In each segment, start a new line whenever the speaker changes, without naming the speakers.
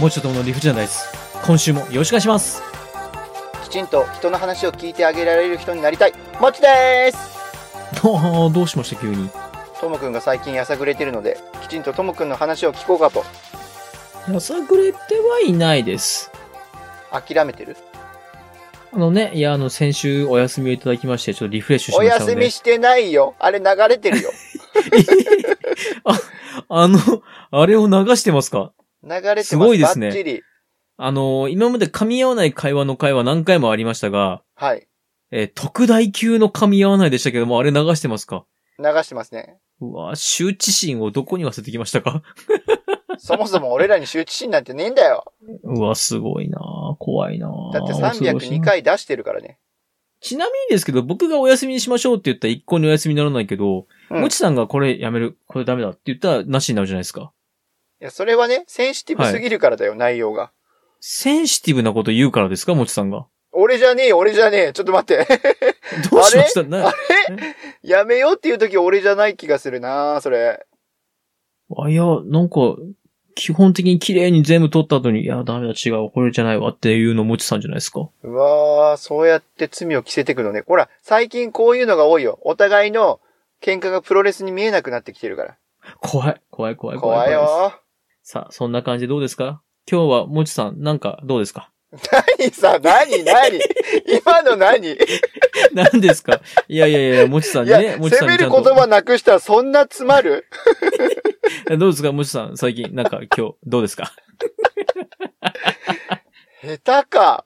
もうちょっとの理不尽なダイス今週もよろしくお願いします
きちんと人の話を聞いてあげられる人になりたいもちです
あ あどうしました急に
ともくんが最近やさぐれてるのできちんとともくんの話を聞こうかと
やさぐれてはいないです
諦めてる
あのねいやあの先週お休みをいただきましてちょっとリフレッシュし
お
ましたので
休みしてないよあれ流れてるよ
あのあれを流してますか
流れてます
すごいですね
バッチリ
あの今まで噛み合わない会話の会話何回もありましたが
はい
えー特大級の噛み合わないでしたけどもあれ流してますか
流してますね
うわ羞恥心をどこに忘れてきましたか
そもそも俺らに羞恥心なんてねえんだよ
うわすごいなあ怖いなあ
だって
恐ろしいな
302回出してるからね
ちなみにですけど、僕がお休みにしましょうって言ったら一向にお休みにならないけど、
うん
もちさんがこれやめる、これダメだって言ったらなしになるじゃないですか。
いやそれはねセンシティブすぎるからだよ、内容が
センシティブなこと言うからですか、もちさん が。
俺じゃねえよ俺じゃねえちょっと待って
どうしましたな
あれやめようっていう時俺じゃない気がするなそれ。
あ、いや、なんか、基本的に綺麗に全部取った後に、いや、ダメだ、違う、これじゃないわっていうのもちさんじゃないですか。
うわー、そうやって罪を着せてくのね。ほら、最近こういうのが多いよ。お互いの喧嘩がプロレスに見えなくなってきてるから。
怖い、怖い、怖い、怖
怖い
です
よ
さあ、そんな感じでどうですか今日はもちさん、なんか、どうですか
ー。何さ、何、何今の何い
何ですかいやいやいや、もちさん
や、
ね、もちさ
攻
んに
め
ちゃ
る
ん
言
と。
葉なくしたらそんな詰まる
どうですかもちさん、最近、なんか今日、どうですか
下手か。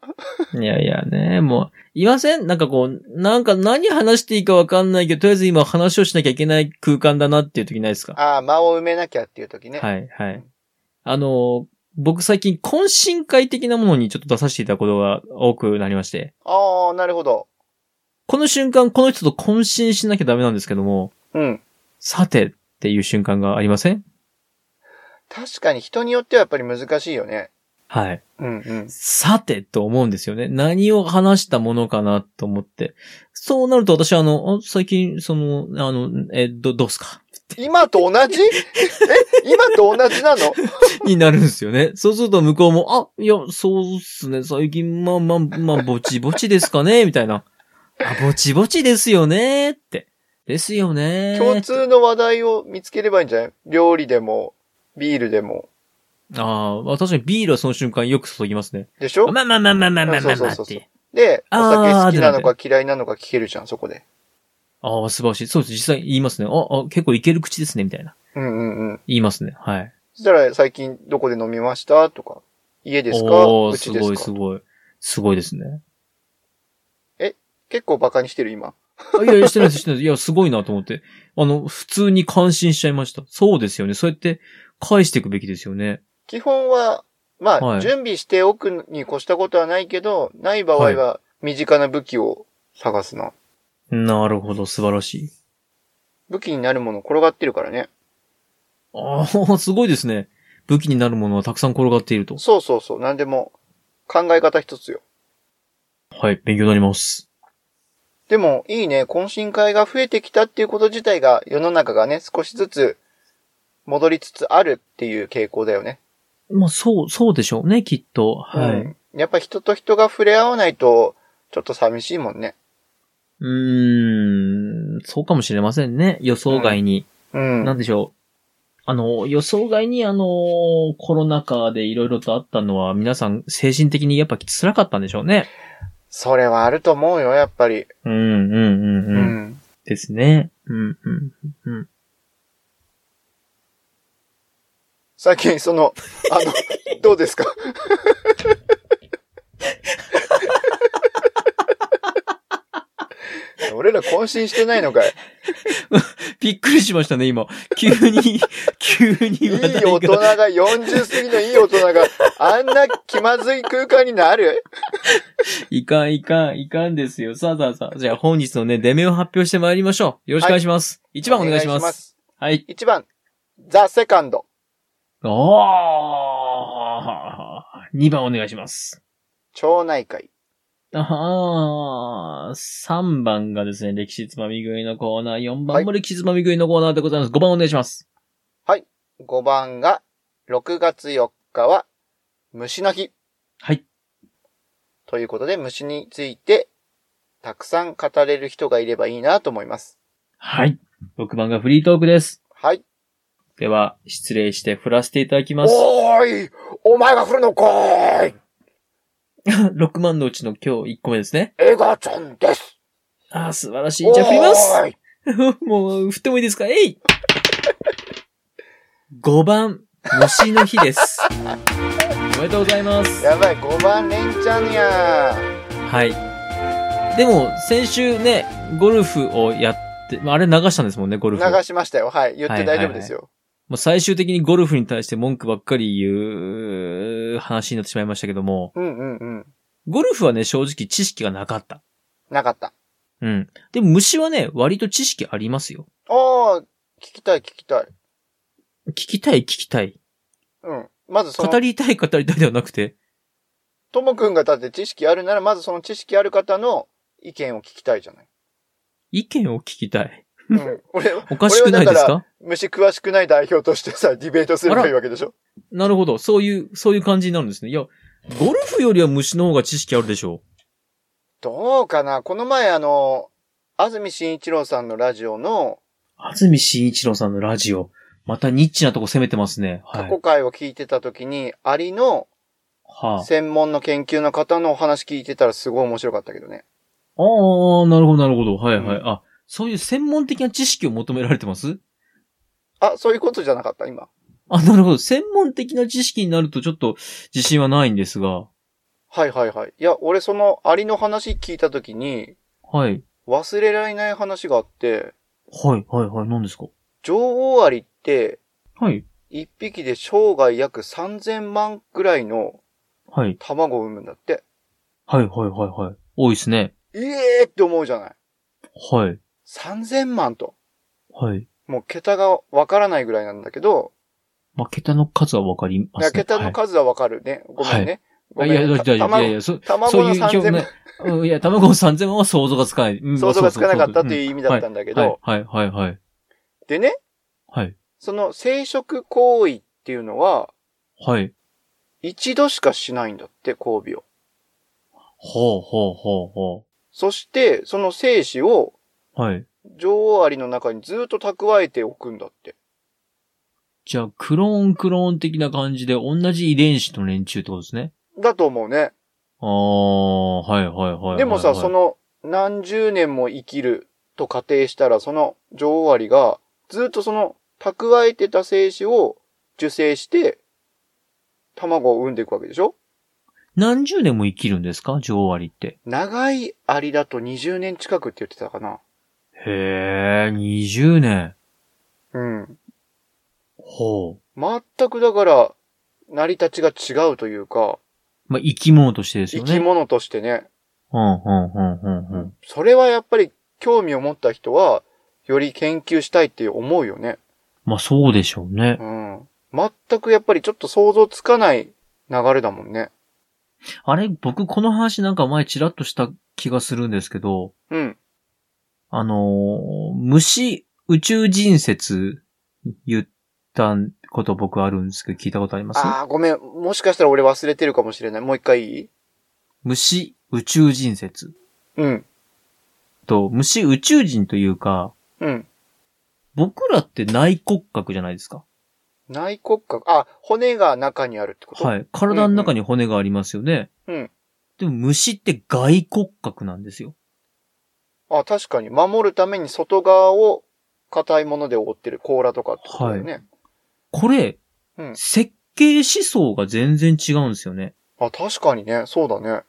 いやいやね、もう、いませんなんかこう、なんか何話していいかわかんないけど、とりあえず今話をしなきゃいけない空間だなっていう時ないですか、
ああ、間を埋めなきゃっていう時ね。
はい、はい。あのー僕最近懇親会的なものにちょっと出させていただくことが多くなりまして、
ああ、なるほど。
この瞬間この人と懇親しなきゃダメなんですけども、
うん。
さてっていう瞬間がありません
確かに人によってはやっぱり難しいよね。
はい。
うん うん。
さてと思うんですよね。何を話したものかなと思って。そうなると私はあの、あ最近その、あの、え、ど、どうすか
今と同じえ今と同じなの
になるんですよね。 そうすると向こうも、あ、いや、そうっすね。最近、まあまあ、まあ、ぼちぼちですかね、み たいな。あ、ぼちぼちですよね、って。ですよね。
共通の話題を見つければいいんじゃない料理でも、ビールでも。
ああ、まあ確かにビールはその瞬間よく注ぎますね。
でしょ
まあまあまあまあまあまあまあ
そう
ま
そう
あ
そう
っ
そう
て。
で、お
あー
酒好きなの
な
か嫌いなのか聞けるじゃん、そこで。
ああ、素晴らしい。そうです。実際言いますね。あ、あ、結構いける口ですね、みたいな。
うんうんうん。
言いますね。はい。
そしたら最近どこで飲みましたとか。家ですか
お
う
ー、
ち
す
で
ごい
す
す
か
ごい。すごいですね。
結構バカにしてる今。
あいやいや、してないです、してないです。いや、すごいなと思って。あの、普通に感心しちゃいました。そうですよね。そうやって返していくべきですよね。
基本は、まあ、
はい
準備しておくに越したことはないけど、ない場合は身近な武器を探すな。
なるほど、素晴らしい。
武器になるもの転がってるからね。
ああ、 すごいですね。武器になるものはたくさん転がっていると。
そうそうそう、なんでも考え方一つよ。
はい、勉強になります。
でも、いいね。懇親会が増えてきたっていうこと自体が、世の中がね、少しずつ戻りつつあるっていう傾向だよね。
まあ、そう、そうでしょうね、きっと。はい。
う
うん
やっぱ人と人が触れ合わないと、ちょっと寂しいもんね。
ーん、そうかもしれませんね。予想外に。
うん。
なんでしょう。あの、予想外にあの、コロナ禍でいろいろとあったのは、皆さん精神的にやっぱ辛かったんでしょうね。
それはあると思うよ、やっぱり。
うん、うん、うん、
う
うん。
ん。
ですね。うん、うん、うん。
さっき、その、あの、 どうですか俺ら渾身してないのかい
びっくりしましたね、今。急 に、急
い
に
い
話題
大
が
人が、40過ぎのいい大人が、あんな気まずい空間になる
いかん、いかん、いかんですよ。さあさあさあ。じゃあ本日のね、出目を発表してまいりましょう。よろしくお願いします。一番お願いします。はい。
1番、ザ・セカンド。
おー二番お願いします。
町内会。
あー三番がですね、歴史つまみ食いのコーナー、四番も歴史つまみ食いのコーナーでございます。五番お願いします。
5番が、6月4日は、虫の日。
はい。
ということで、虫について、たくさん語れる人がいればいいなと思います。
はい。6番がフリートークです。
はい。
では、失礼して振らせていただきます。
おーいお前が振るのかーい
6万のうちの今日1個目ですね。
エガちゃんです
あー素晴らしい。じゃあ振ります
おーい
もう、振ってもいいですかえい !5 番、虫の日です。おめでとうございます。
やばい、5番連チャンや
はい。でも、先週ね、ゴルフをやって、まああれ流したんですもんね、ゴルフを。
流しましたよ。はい。言って大丈夫ですよ。
もう最終的にゴルフに対して文句ばっかり言う話になってしまいましたけども、
うんうんうん。
ゴルフはね、正直知識がなかった。
なかった。
うん。でも虫はね、割と知識ありますよ。
おー、聞きたい聞きたい。
聞きたい聞きたい。
うん。まずそ
語
の、
りたい語りたいではなくて、
ともくんがだって知識あるなら、まずその知識ある方の意見を聞きたいじゃない。
意見を聞きたい。
うん。 俺、
おかしくないです
俺はだか
から
虫詳しくない代表としてさ、ディベートすればいいわけでしょ
なるほど。そういう、そういう感じになるんですね。いや、ゴルフよりは虫の方が知識あるでしょ
どうかなこの前あの、安住紳一郎さんのラジオの
安住紳一郎さんのラジオ。またニッチなとこ攻めてますね。は
過
い。
去回を聞いてた時に、アリの
はあ、
専門の研究の方のお話聞いてたらすごい面白かったけどね。
あー、なるほど、なるほど。はい、はい、
うん
あ、そういう専門的な知識を求められてます
あ、そういうことじゃなかった今。
あ、なるほど。専門的な知識になるとちょっと自信はないんですが。
はいはいはい。いや、俺そのアリの話聞いた時に、
はい。
忘れられない話があって、
はい、はい、はい。何ですか
女王アリって、
はい。
一匹で生涯約3000万ぐらいの
はい。
卵を産むんだって。
はい、はい、はい、はい。多いですね。
ええーって思うじゃない。
はい。
3000万と。
はい。
もう桁がわからないぐらいなんだけど、
まあ、桁の数はわかりますね。
桁の数はわかるね。ごめんね。ご
はい、
め
いや、
ん
大丈夫、大丈夫。いやい
卵
や、そ、
卵
そう
の
いう表
3000万
現、うんいや、卵の3000万は想像がつかない。うん
想像がつかなかったというう意味だったんだけ
けど
ど、。
はい、はい、はいはい。
でね、
はい。
その生殖行為っていうのは、
はい。
一度しかしないんだって、交尾を。
ほうほうほうほ
そして、その精子を
う。はい。
女王アリの中にずっと蓄えておくんだって。
じゃあ、クローンクローン的な感じで、同じ遺伝子の連中ってことですね。
だと思うね。
ああ、はい、はい、はいはいはい。
でもさ、そ、の何十年も生きると仮定したら、その女王アリがずっとその蓄えてた精子を受精して、卵を産んでいくわけでしょ
何十年も生きるんですか女王アリって。
長いアリだと20年近くって言ってたかな。
へえ、20年。
うん。
ほう。
全くだから、成り立ちが違うというか、
まあ、生き物としてです
生
よ
き
ね。
物としてね。
うん、うん、うん、うん、うん。
それはやっぱり興味を持った人は、より研究したいって思うよね。
まあ、そうでしょうね。
うん。全くやっぱりちょっと想像つかない流れだもんね。
あれ、僕この話なんか前チラッとした気がするんですけど、
うん。
あのー虫宇宙人説言ったこと僕あるんですけど、聞いたことあります
ああ、ごめん。もしかしたら俺忘れてるかもしれない。もう一回いい
虫宇宙人説
うん。
と、虫宇宙人というか、
うん。
僕らって内骨格じゃないですか。
内骨格。あ、骨が中にあるってこと。
はいい。体の中に骨がありますよね。
うん。
でも虫って外骨格なんですよ。
あ、確かに。守るために外側を硬いもので覆ってる甲羅とかってことだよね。
これ、
うん
設計思想が全然違うんですよね。
あ、確かにね。そうだね。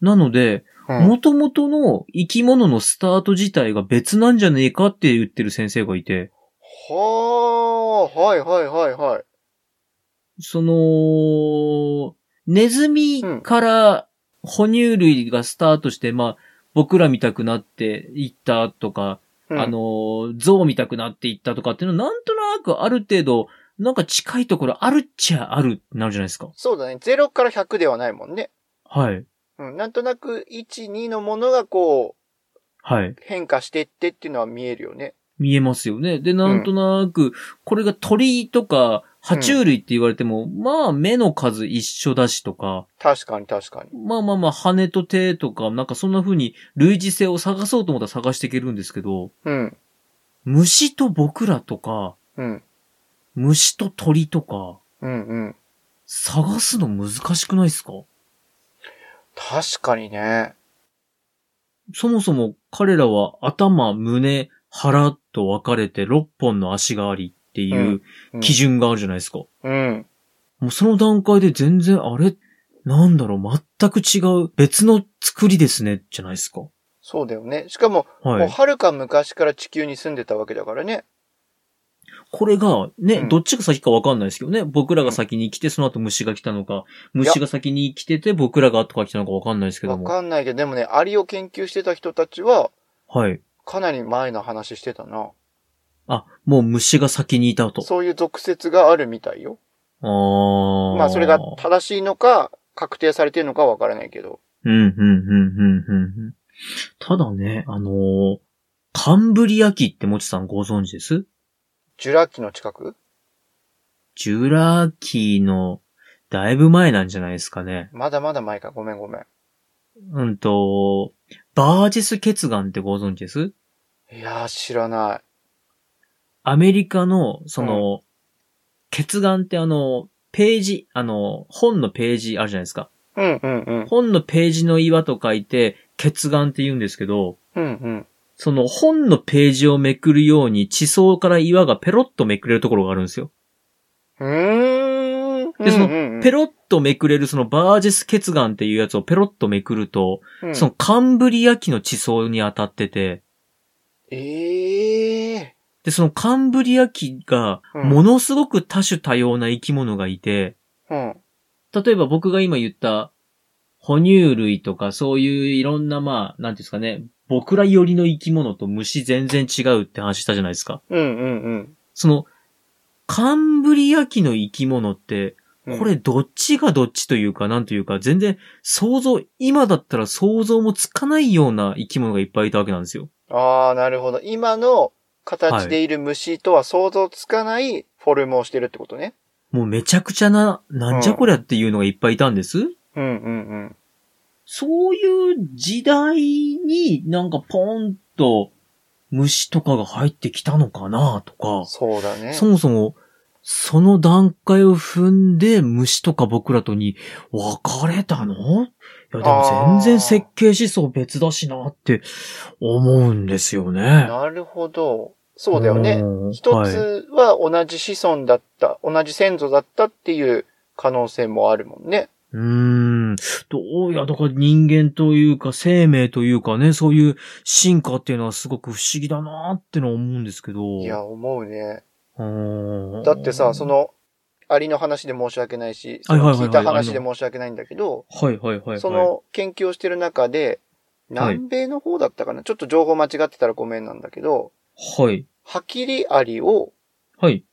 なので、
うん。
元々の生き物のスタート自体が別なんじゃねえかって言ってる先生がいて、
はあ、はいはいはいはい。
その、ネズミから哺乳類がスタートして、まあ、僕らみたくなっていったとか、
うん、
あのー、象みたくなっていったとかっていうのは、なんとなくある程度、なんか近いところあるっちゃあるってなるじゃないですか。
そうだね。0から100ではないもんね。
はい。
うん。なんとなく1、2のものがこう、
はい。
変化してってっていうのは見えるよね。
見えますよね。で、なんとなく、これが鳥とか爬虫類って言われても、まあ目の数一緒だしとか、
確かに確かに。
まあまあまあ羽と手とか、なんかそんな風に類似性を探そうと思ったら探していけるんですけど、
うん。
虫と僕らとか、
うん。
虫と鳥とか、
うんうん。
探すの難しくないですか
確かにね。
そもそも彼らは頭、胸、腹と分かれて6本の足がありっていう
うん
基準があるじゃないですか。
うん。
もうその段階で全然あれなんだろう全く違う別の作りですねじゃないですか。
そうだよね。しかも、
は
もう
い。
遥か昔から地球に住んでたわけだからね。
これがね、
うん
どっちが先か分かんないですけどね。僕らが先に来てその後虫が来たのか、虫が先に来てて僕らが後から来たのか分かんないですけど
わ
も。
かんないけど、でもね、アリを研究してた人たちは、
はい。
かなり前の話してたな。
あ、もう虫が先にいたと。
そういう俗説があるみたいよ。
あー。
まあ、それが正しいのか、確定されてるのかわからないけど。
うん、うん、うん、うん、うんうん。ただね、あのーカンブリア紀ってもちさんご存知です
ジュラ紀の近く
ジュラ紀の、だいぶ前なんじゃないですかね。
まだまだ前か。ごめんごめん。
うんと、バージス血岩ってご存知です
いやー、知らない。
アメリカの、その、血岩ってあの、ページ、あの、本のページあるじゃないですか。
うんうんうん。
本のページの岩と書いて、血岩って言うんですけど、
うんうん。
その本のページをめくるように地層から岩がペロッとめくれるところがあるんですよ。
うーん。
でその
うんうんうん
ペロッとめくれるそのバージス血岩っていうやつをペロッとめくると、
うん
そのカンブリア紀の地層に当たってて、
ええ
で、そのカンブリア紀が
うん
ものすごく多種多様な生き物がいて、
ー。
例えば僕が今言った哺乳類とかそういういろんなまあ、なんていうんですかね、僕ら寄りの生き物と虫全然違うって話したじゃないですか。
うん。うんうん
その、カンブリア紀の生き物って、
うん。
これどっちがどっちというか、なんというか、全然想像、今だったら想像もつかないような生き物がいっぱいいたわけなんですよ。
ああ、なるほど。今の形でいる虫とは想像つかないフォルムをしてるってことね。
もうめちゃくちゃな、なんじゃこりゃっていうのがいっぱいいたんです。
うんうん
そういう時代になんかポンと虫とかが入ってきたのかなと
う
か
ん。、そうだね。
そもそもその段階を踏んで虫とか僕らとに分かれたのいやでも全然設計思想別だしなって思うんですよね。
なるほど。そうだよね。
ん
一
はい
つは同じ子孫だった、同じ先祖だったっていう可能性もあるもんね。
うーん。どうや、だから人間というか生命というかね、そういう進化っていうのはすごく不思議だなってのは思うんですけど。
いや、思うね。
うーん。
だってさ、その、アリの話で申し訳ないし、そ
はいはい
の
はいはい
聞いた話で申し訳ないんだけど、
はいはいはいはい。
その研究をしてる中で、
はい
南米の方だったかなちょっと情報間違ってたらごめんなんだけど、
はい。
ハキリアリを
はい。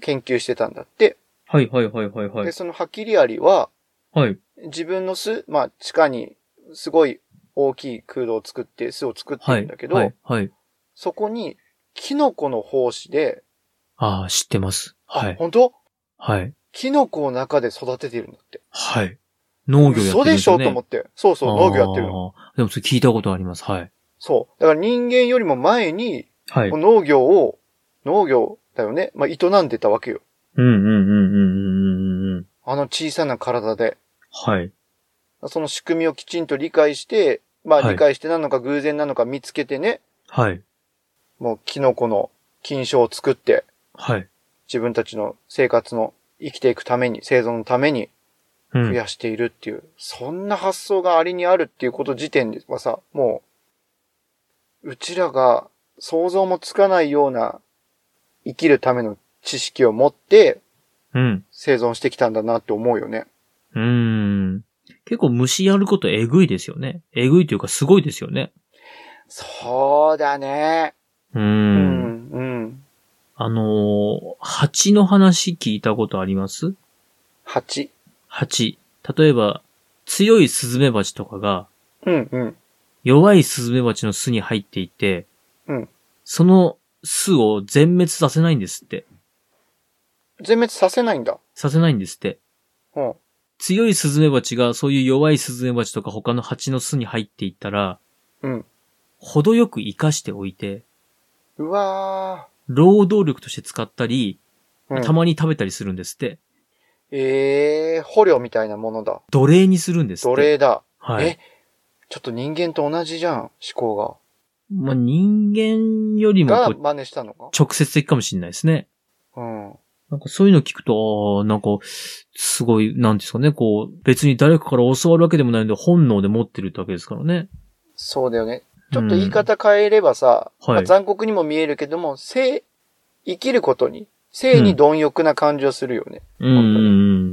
研究してたんだって。
はいはいはいはいは
で、
い。
そのハキリアリは、
はい。
自分の巣、まあ、地下にすごい大きい空洞を作って、巣を作って
は
るん
い
だけ。ど、
はい。はい。
そこに、キノコの胞子で、
ああ、知ってます。はい。
本当
はい。
キノコを中で育ててるんだって。
はい。農業やってるんですよ、ね。
嘘でしょと思って。そうそう、農業やってるの。
の。でもそれ聞いたことあります。はい。
そう。だから人間よりも前に、
はい。うん
農業を、農業だよね。まあ、営んでたわけよ。
うんうんうんうんうんうんうん。
あの小さな体で。
はい。
その仕組みをきちんと理解して、まあ
はい
理解してなのか偶然なのか見つけてね、
はい。
もうキノコの菌床を作って、
はい。
自分たちの生活の生きていくために、生存のために
う
増
ん。
やしているっていう、そんな発想がアリにあるっていうこと時点ではさ、もう、うちらが想像もつかないような生きるための知識を持って
うん。
生存してきたんだなって思うよね。
うーん。結構虫やることえぐいですよね。えぐいというかすごいですよね。
そうだね。
うー。
うん
ん、
ん、うん。
あのー蜂の話聞いたことあります
蜂。
蜂。例えば、強いスズメバチとかが、
うん、うん。
弱いスズメバチの巣に入っていて、
うん
その巣を全滅させないんですって。
全滅させないんだ。
させないんですって。
うん。
強いスズメバチがそういう弱いスズメバチとか他の蜂の巣に入っていったら、
うん。
程よく活かしておいて、
うわ
労働力として使ったり、
ー。うん
たまに食べたりするんですって。
ええー、捕虜みたいなものだ。
奴隷にするんですって。
奴隷だ。
はい。
えちょっと人間と同じじゃん、思考が。
まあ、人間よりも
が
こう
真似したのか
直接的かもしれないですね。
うん。
なんかそういうの聞くと、ああ、なんか、すごい、なんていうんですかね、こう、別に誰かから教わるわけでもないので、本能で持ってるだけですからね。
そうだよね。ちょっと言い方変えればさ、
うんはい
まあ残酷にも見えるけども、生、生きることに、生に貪欲な感じをするよね。
うんうん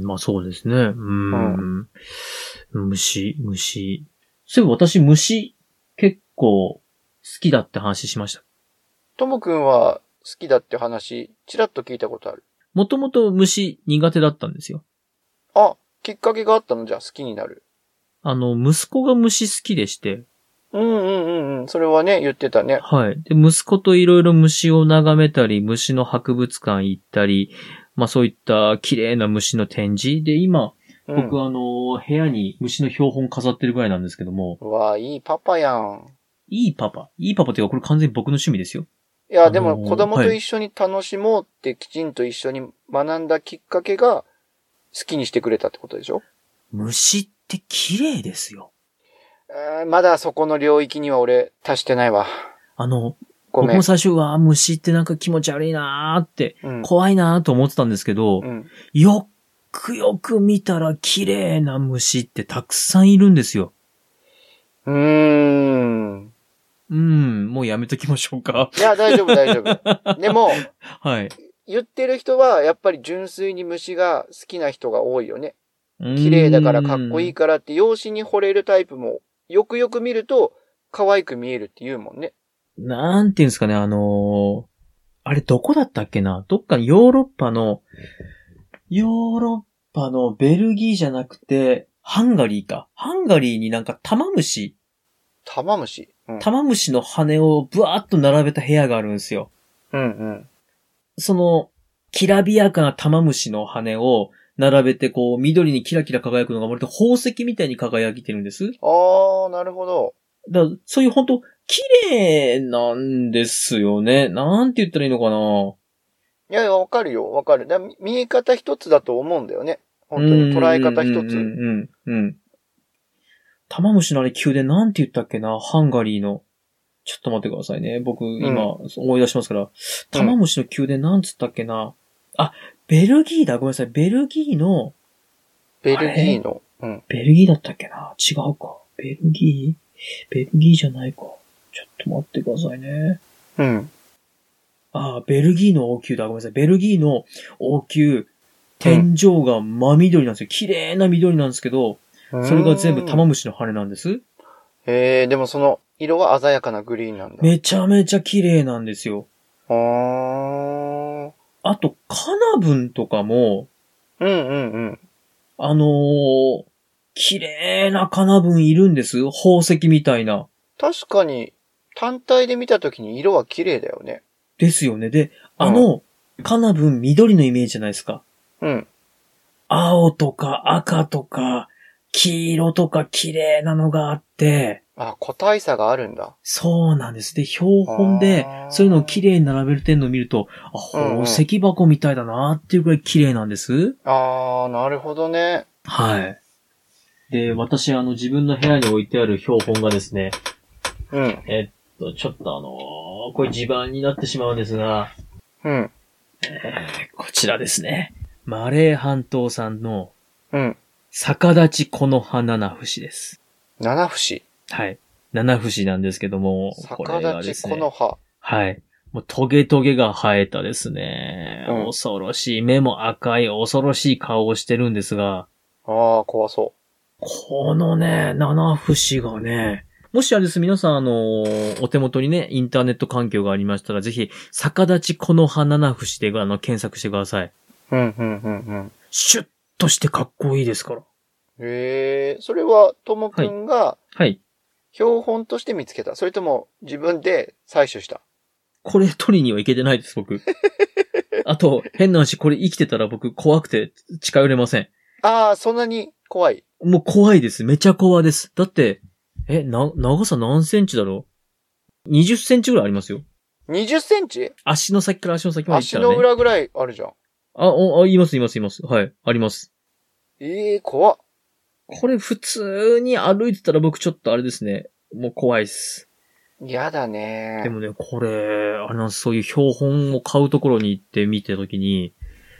うん、まあそうですね。うん。虫、虫。そういえば私、虫、結構、好きだって話しました。
ともくんは好きだって話、ちらっと聞いたことある。
もともと虫苦手だったんですよ。
あ、きっかけがあったのじゃあ好きになる。
あの、息子が虫好きでして、
うんうんうんうん。それはね、言ってたね。
はい。で、息子といろいろ虫を眺めたり、虫の博物館行ったり、まあそういった綺麗な虫の展示。で、今、
うん。
僕、
う
あの、部屋に虫の標本飾ってるぐらいなんですけども、
わ、いいパパやん。
いいパパ。いいパパっていうか、これ完全に僕の趣味ですよ。
い
あ
や、
のー
でも子供
は
と
い
一緒に楽しもうってきちんと一緒に学んだきっかけが、好きにしてくれたってことでしょ
虫って綺麗ですよ。
うーんまだそこの領域には俺、達してないわ。
あの、
ご
僕
めん
も。最初、うわあ虫ってなんか気持ち悪いなーって、
うん
怖いなーと思ってたんですけど、
うん。
よくよく見たら綺麗な虫ってたくさんいるんですよ。
うーん。
うん、もうやめときましょうか。
いや、大丈夫、大丈夫。でも、
はい。
言ってる人は、やっぱり純粋に虫が好きな人が多いよね。綺
綺
麗だからかっこいい。からって、容姿に惚れるタイプも、よくよく見ると、可愛く見えるって言うもんね。
なんていうんですかね、あのーあれどこだったっけなどっかヨーロッパの、ヨーロッパのベルギーじゃなくて、ハンガリーか。ハンガリーになんか玉虫、
玉虫。うん。
玉虫の羽をブワーっと並べた部屋があるんですよ。
うんうん。
その、きらびやかな玉虫の羽を並べて、こう、緑にキラキラ輝くのがまるで宝石みたいに輝いてるんです。
あー、なるほど。
だからそういう本当綺麗なんですよね。なんて言ったらいいのかない
やいや、わかるよ、わかる。だ見え方一つだと思うんだよね。本当に捉え方一
うん
つ。
うんうんうんうん。玉虫のあれ宮殿なんて言ったっけなハンガリーの。ちょっと待ってくださいね。僕、今、思い出しますから。玉虫の宮殿なんつったっけな、あ、ベルギーだ。ごめんなさい。ベルギーの、
ベルギーの。うん。
ベルギーだったっけな違うか。ベルギーベルギーじゃないか。ちょっと待ってくださいね。
うん。
あ、ベルギーの王宮だ。ごめんなさい。ベルギーの王宮、天井が真緑なんですよ。綺麗な緑なんですけど、それが全部
ま
玉虫の羽なんです。
へえ、でもその、色は鮮やかなグリーンなんだ。
めちゃめちゃ綺麗なんですよ。
あー。
あと、カナブンとかも、
うんうんうん。
あのー、綺麗なカナブンいるんです。宝石みたいな。
確かに、単体で見たときに色は綺麗だよね。
ですよね。で、あの、カナブン緑のイメージじゃないですか。
うん。
青とか赤とか、黄色とか綺麗なのがあって、
あ、個体差があるんだ。
そうなんです。で、標本で
あ、ー
そういうのを綺麗に並べる点のを見ると、あ、宝石箱みたいだなっていうくらい綺麗なんです。
あー、なるほどね。
はい。で、私、あの、自分の部屋に置いてある標本がですね、
うん。
ちょっとあのーこれ地盤になってしまうんですが、
うん。
こちらですね。マレー半島産の
うん。
逆立ちこの葉七節です。
七節。
はい。七節なんですけども、こ
逆
れがで
立ち
す
こ
ね、
の葉。
はい。もうトゲトゲが生えたですね、
うん
恐ろしい、目も赤い、恐ろしい顔をしてるんですが、
あー、怖そ
このね、七節がね、もしあれです、皆さん、あのーお手元にね、インターネット環境がありましたら、ぜひ、逆立ちこの葉七節で、あの、検索してください。
う。うんうんうんうん。
シュッとしてかっこいいですから。
へえ、それは、ともくんが
はい。
標本として見つけた。それとも、自分で採取した。
これ取りにはいけてないです、僕。あと、変な話、これ生きてたら僕怖くて近寄れません。
ああ、そんなに怖い。
もう怖いです。めちゃ怖です。だって、え、な、長さ何センチだろう ?20 センチぐらいありますよ。
20センチ
足の先から足の先まで行っ
足
たらね。
の裏ぐらいあるじゃん。
あ、お、あ、います、います、います。はい、あります。
ええ怖っ。
これ普通に歩いてたら僕ちょっとあれですね。もう怖いっす。
やだね
でもね、これ、あれなんです、そういう標本を買うところに行って見たときに、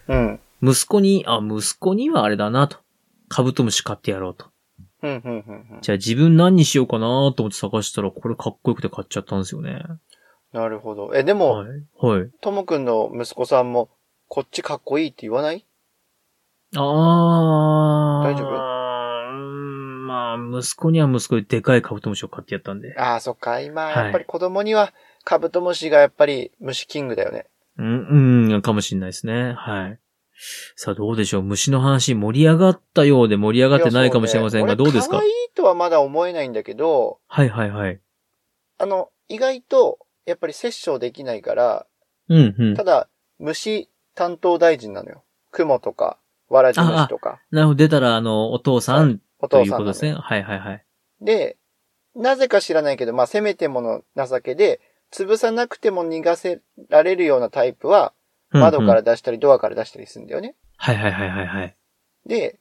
うん。
息子に、あ、息子にはあれだなと。カブトムシ買ってやろうと。
うん、うん、うんうん。
じゃあ自分何にしようかなと思って探したら、これかっこよくて買っちゃったんですよね。
なるほど。え、でも、
はい。はい。
ともくんの息子さんも、こっちかっこいいって言わない
あー。
大丈夫
うーんまあ、息子には息子ででかいカブトムシを買ってやったんで。
ああ、そっか。今、
はい
やっぱり子供には、カブトムシがやっぱり虫キングだよね。
うん、うん、かもしんないですね。はい。さあどうでしょう虫の話盛り上がったようで盛り上がってないかもしれませんが、
やそ
ど
ね
うですか
俺可愛いとはまだ思えないんだけど、
はいはいはい。
あの、意外と、やっぱり殺生できないから、
うんうん。
ただ、虫担当大臣なのよ。雲とか、わらじ虫とか、
なるほど、出たら、あの、お父さん
お
と
父
いう
さ
こ
ん
と
な
で
の
す
よ
ね。はいはいはい。
で、なぜか知らないけど、まあ、せめてもの情けで、潰さなくても逃がせられるようなタイプは、
うんうん
窓から。出したりドアから出したりするんだよね。
はいはいはいはいはい。
で、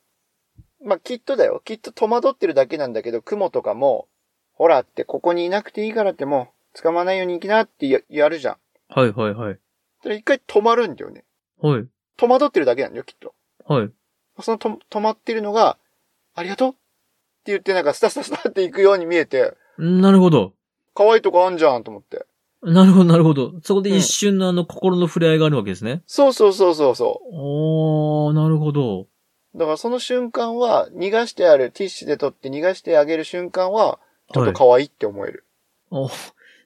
まあ、きっとだよ。きっと戸惑ってるだけなんだけど、雲とかも、ほらって、ここにいなくていいからってもう、捕まないように行きなってややるじゃん。
はいはいはい。
それ一回止まるんだよね。
はい。
戸惑ってるだけなんだよ、きっと。
はい。
そのと止まってるのが、ありがとうって言ってなんかスタスタスタって行くように見えて、
なるほど。
可愛いとこあんじゃんと思って。
なるほどなるほど。そこで一瞬のあの、心の触れ合いがあるわけですね。
そうそうそうそうそ
おー、なるほど。
う。だからその瞬間は、逃がしてある、ティッシュで取って逃がしてあげる瞬間は、ちょっ
は
と
い。
可愛いって思える。
あ、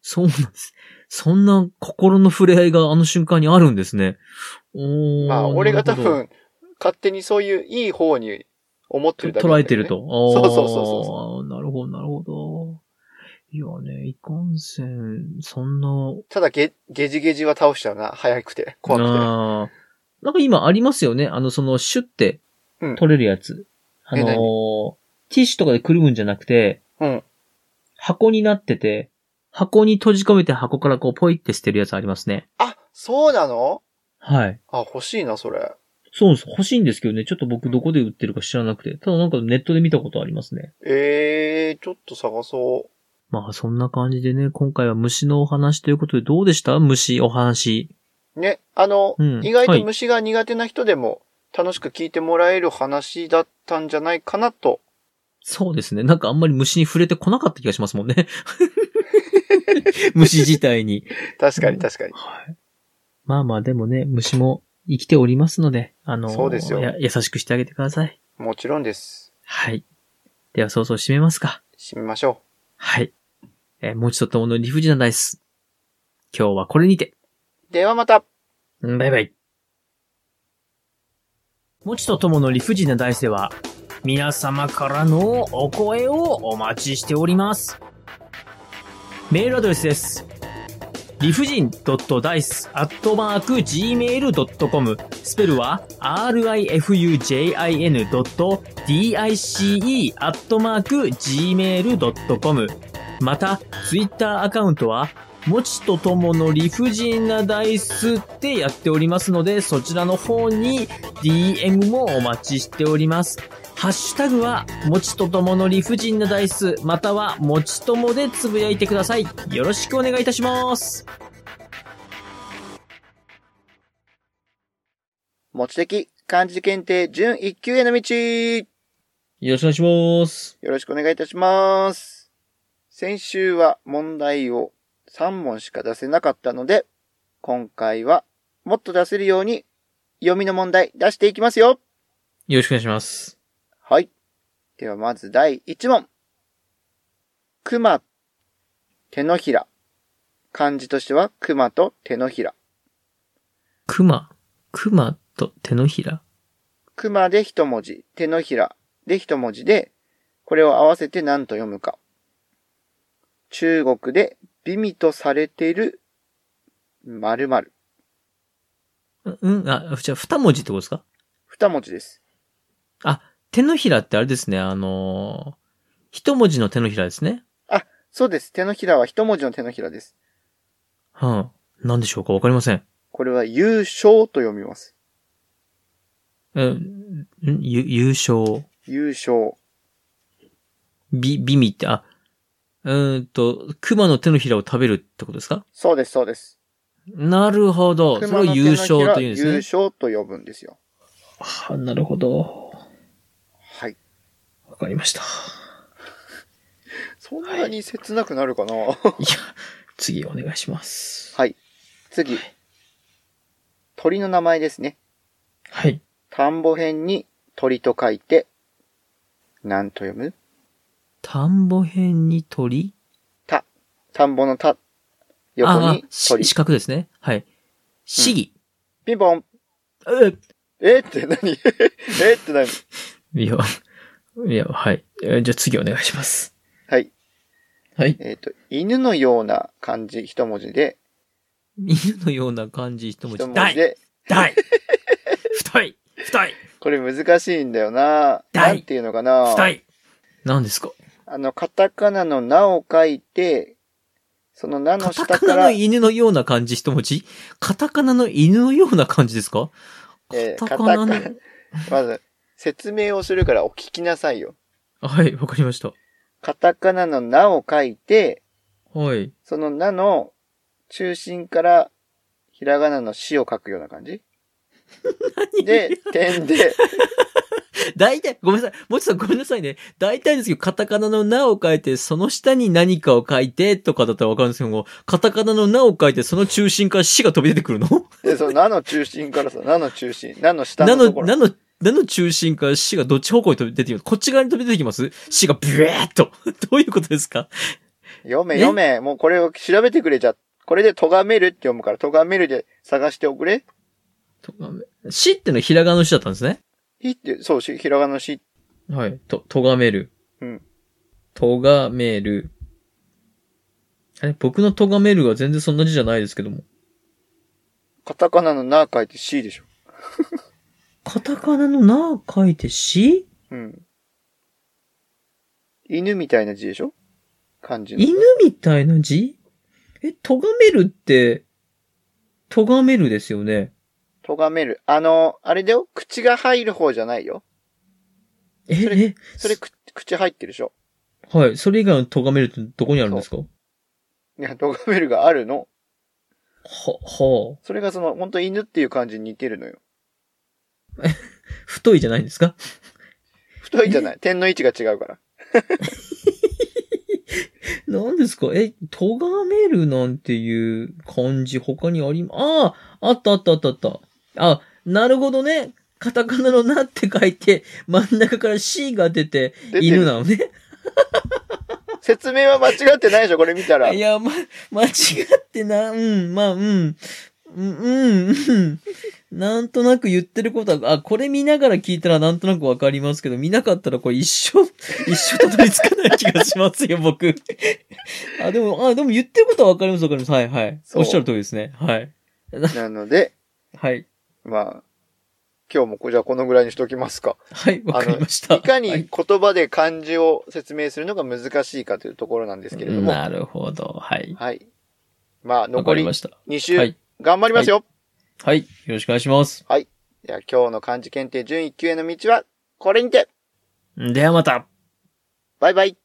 そうなんです。そんな心の触れ合いがあの瞬間にあるんですね。おー
まあ、俺が多。
なる
分、勝手にそういういい方に思って
ほ
る
ど
だけな
捉え
んだよね、
てると。
そうそうそう
うなるほど、なるほど。いやね、いかんせん、そんな、
ただゲ、ゲジゲジは倒しちゃうな。早くて。怖く
あーなんか今ありますよね。あの、その、シュって
うん、
取れるやつ。あのー
え
ティッシュとかでくるむんじゃなくて、
て。うん。
箱になってて、箱に閉じ込めて箱からこう、ポイって捨てるやつありますね。
あ、そうなの
はい。
あ、欲しいな、それ。
そうです。欲しいんですけどね。ちょっと僕どこで売ってるか知らなくて。ただなんかネットで見たことありますね。
ええー、ちょっと探そう。
まあそんな感じでね、今回は虫のお話ということでどうでした虫お話。
ね、あの、
うん
意外
は
と
い
虫が苦手な人でも楽しく聞いてもらえる話だったんじゃないかなと。
そうですね。なんかあんまり虫に触れてこなかった気がしますもんね。 虫自体に。
確かに確かに。
はい。まあまあでもね、虫も生きておりますので、あの、
そうですよ
や優しくしてあげてください。
もちろんです。
はい。では、そうそう締めますか。
締めましょ
はい。えーもう一度ともの理不尽なダイス。今日はこれにて。
う。ではまた
バイバイ。もちとともの理不尽な大世は、皆様からのお声をお待ちしております。メールアドレスです。理不尽 d i c e g m a i l c o m スペルは rifujin.dice gmail.com また、ツイッターアカウントは、もちとともの理不尽なダイスってやっておりますので、そちらの方に DM もお待ちしております。ハッシュタグは、もちとともの理不尽なダイス、または、もちともでつぶやいてください。よろしくお願いいたします。
持ち的漢字検定準1級への道
よろしくお願いします。
よろしくお願いいたします。先週は問題を3問しか出せなかったので、今回はもっと出せるように読みの問題出していきますよ
よろしくお願いします。
はい。ではまず第1問。熊、手のひら。漢字としては熊と手のひら。
熊、熊と手のひら。
熊で一文字、手のひらで一文字で、これを合わせて何と読むか。中国で美味とされている〇〇。
うん、あ、じゃあ二文字ってことですか
二文字です。
手のひらってあれですね、あのー一文字の手のひらですね。
そうです。手のひらは一文字の手のひらです。
うん。何でしょうかわかりません。
これは優勝と読みます。
え、んゆ、優勝。
優勝。
び、びみって、あ、うーんと、熊の手のひらを食べるってことですか
そうです、そうです。
なるほど。それを優勝というん
優
ですね。
勝と呼ぶんですよ。
はなるほど。
はい。
わかりま した。
そんなに切なくなる かな
いや、次お願いします。
はい。次。鳥の名前ですね。
はい。
田んぼ編に鳥と書いて、なんと読む
田んぼ編に鳥
田んぼの田、横
あ
に
あ、し
鳥。
四角ですね。はい。市議。
ピンポン。
え
えって何 えって何
いや、 いや、はい。えじゃあ次お願いします。
はい。
はい。
えっ、と、犬のような漢字一文字で、
犬のような感じ一文字。
一文字
大
で、
大太い太い
これ難しいんだよな。
大
なんていうのかな。
太い何ですか
あの、カタカナの名を書いて、その名の
カタ
下
カ
か
ナ
ら、
の犬のような感じ一文字カタカナの犬のような感じですか
えー
カタカナの、
カタまず、説明をするからお聞きなさいよ。
はい、わかりました。
カタカナの名を書いて、
はい。
その名の中心から、ひらがなの死を書くような 感じで、点で、
大体、ごめんなさい。もちさんごめんなさいね。大体ですけど、カタカナの名を書いて、その下に何かを書いて、とかだったらわかるんですけども、カタカナの名を書いて、その中心から死が飛び出てくるの
で、その名の中心からさ、名の中心、名の下
な
の
の
とこ、ろ。
なの、なの中心から死がどっち方向に飛び出てきますこっち側に飛び出てきます死がブエーっと。 どういうことですか
読め
ね
読め、もうこれを調べてくれじゃ。これで咎めるって読むから、咎めるで探しておくれ。
と死ってのはひらがなの死だったんですね。
ひって、そうし、ひらがなのし、
はい。と、とがめる。
うん。
とがめる。あれ僕のとがめるは全然そんな字じゃないですけども。
カタカナのな書いて C でしょ。
カタカナの名を書いて死
うん。犬みたいな字でしょ漢字の。
犬みたいな字え、とがめるって、とがめるですよね。
咎める。あの、あれだよ。口が入る方じゃないよ。
え、
そ
え、
それ、く口入ってるでしょ。
はい。それ以外のとがめるってどこにあるんですかはい
や、咎めるがあるの。
はあ。
それがその、本当犬っていう感じに似てるのよ。
太いじゃないんですか
太いじゃない。点の位置が違うから。
何ですかえ、とがめるなんていう漢字他にあり、ああ、あったあったあったあった。あ、なるほどね。カタカナのなって書いて、真ん中から C が出て、
出て
犬
る。
なのね。
説明は間違ってないでしょ、これ見たら。
いや、ま、間違ってな、うん、まあ、うん。うん、うん、うん。 なんとなく言ってることは、あ、これ見ながら聞いたらなんとなくわかりますけど、見なかったらこれ一生、 一生たどり着かない気がします よ、僕。あ、でも、あ、でも言ってることはわかります、わかります。はい、はい。
そう
おっしゃる通りですね。はい。
なので、
はい。
まあ、今日もこじゃあこのぐらいにしときますか。
はい、わかりました。
いかに
はい
言葉で漢字を説明するのが難しいかというところなんですけれども。
なるほど。はい。
はい。まあ、
わか
残
り
り
ました。
2
は
週
い、。
頑張りますよ。
はい。よろしくお願いします。
じゃあ今日の漢字検定準1級への道は、これにて
ではまた。
バイバイ